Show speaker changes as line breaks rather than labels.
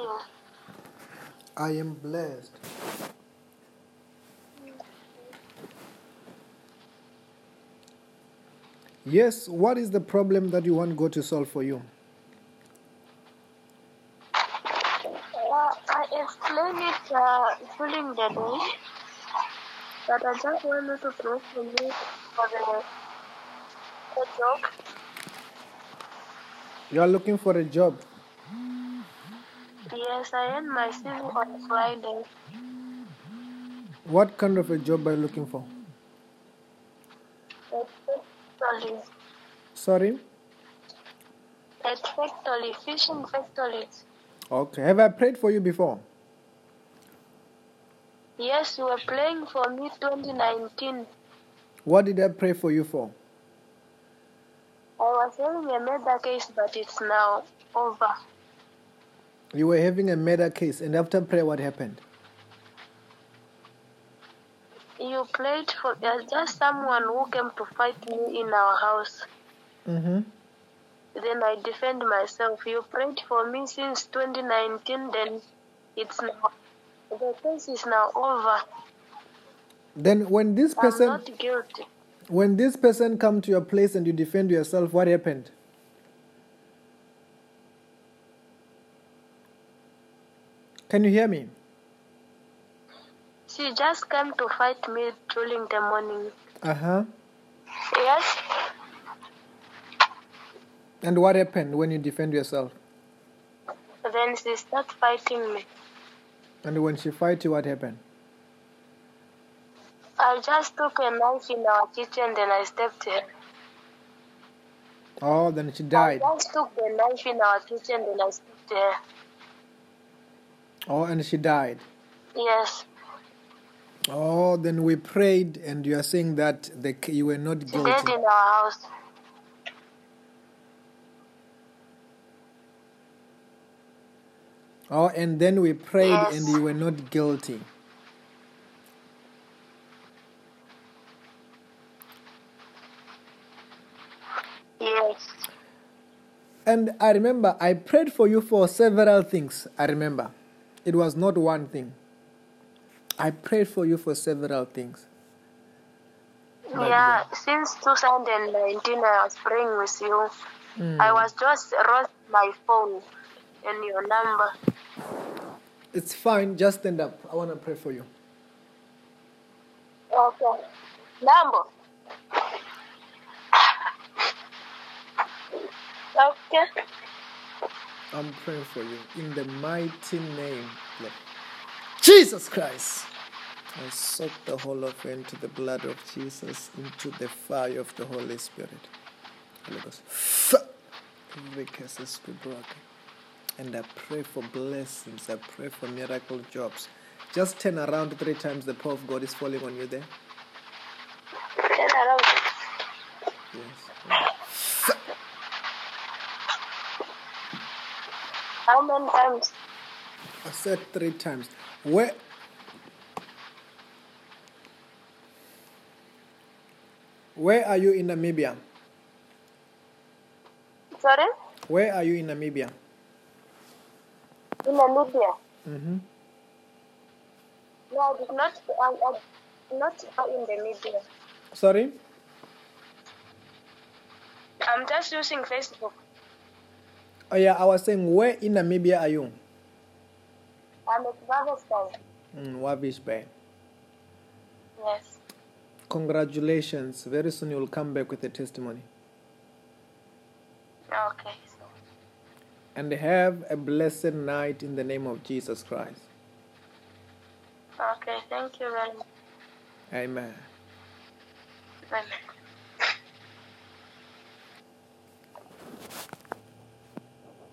you?
I am blessed. Yes, what is the problem that you want God to solve for you?
Well, I explained it uh, during the day, but I just wanted to pray for you for the, the job.
You are looking for a job.
Yes, I end my CV on Friday.
What kind of a job are you looking for?
At factory,
Sorry?
at factory, fishing factory.
Okay. Have I prayed for you before?
Yes, you were playing for me 2019.
What did I pray for you for?
I was having a murder case, but it's now over.
You were having a murder case, and after prayer, what happened?
You played for there's just someone who came to fight me in our house.
Mm-hmm.
Then I defend myself. You prayed for me since 2019. Then it's now the case is now over.
Then, when this
I'm
person,
not guilty.
when this person come to your place and you defend yourself, what happened? Can you hear me?
She just came to fight me during the morning.
Uh huh.
Yes,
And what happened when you defend yourself?
then she start fighting me.
And when she fight you, what happened?
I just took a knife in our kitchen. Then I stabbed her.
Oh, then she
I
died.
just took the knife in our kitchen. Then I stabbed her.
Oh, and she died.
Yes,
Oh, then we prayed, and you are saying that the, you were not
she dead
guilty.
in our house.
Oh, and then we prayed,
Yes.
and you were not guilty.
Yes.
And I remember I prayed for you for several things. I remember. It was not one thing. I prayed for you for several things. But
Yeah, since 2019, I was praying with you.
Hmm.
I was just lost my phone and your number.
It's fine. Just stand up. I want to pray for you.
Okay. Number. Okay.
I'm praying for you in the mighty name of Jesus Christ. I soak the whole of you into the blood of Jesus, into the fire of the Holy Spirit. Holy Ghost. Every curse is be broken. And I pray for blessings. I pray for miracle jobs. Just turn around three times. The power of God is falling on you there.
Turn around.
Yes.
How many times?
I said three times. Where? Where are you in Namibia?
Sorry?
Where are you in Namibia?
In Namibia.
Mm-hmm.
No, I did not. I, I did not go in the media.
Sorry?
I'm just using Facebook.
Oh yeah, I was saying where in Namibia are you?
I'm at Bavastan.
Mm, Wavish Bay.
Yes.
Congratulations. Very soon you'll come back with a testimony.
Okay. So.
And have a blessed night in the name of Jesus Christ.
Okay. Thank you very much.
Amen.
Bye.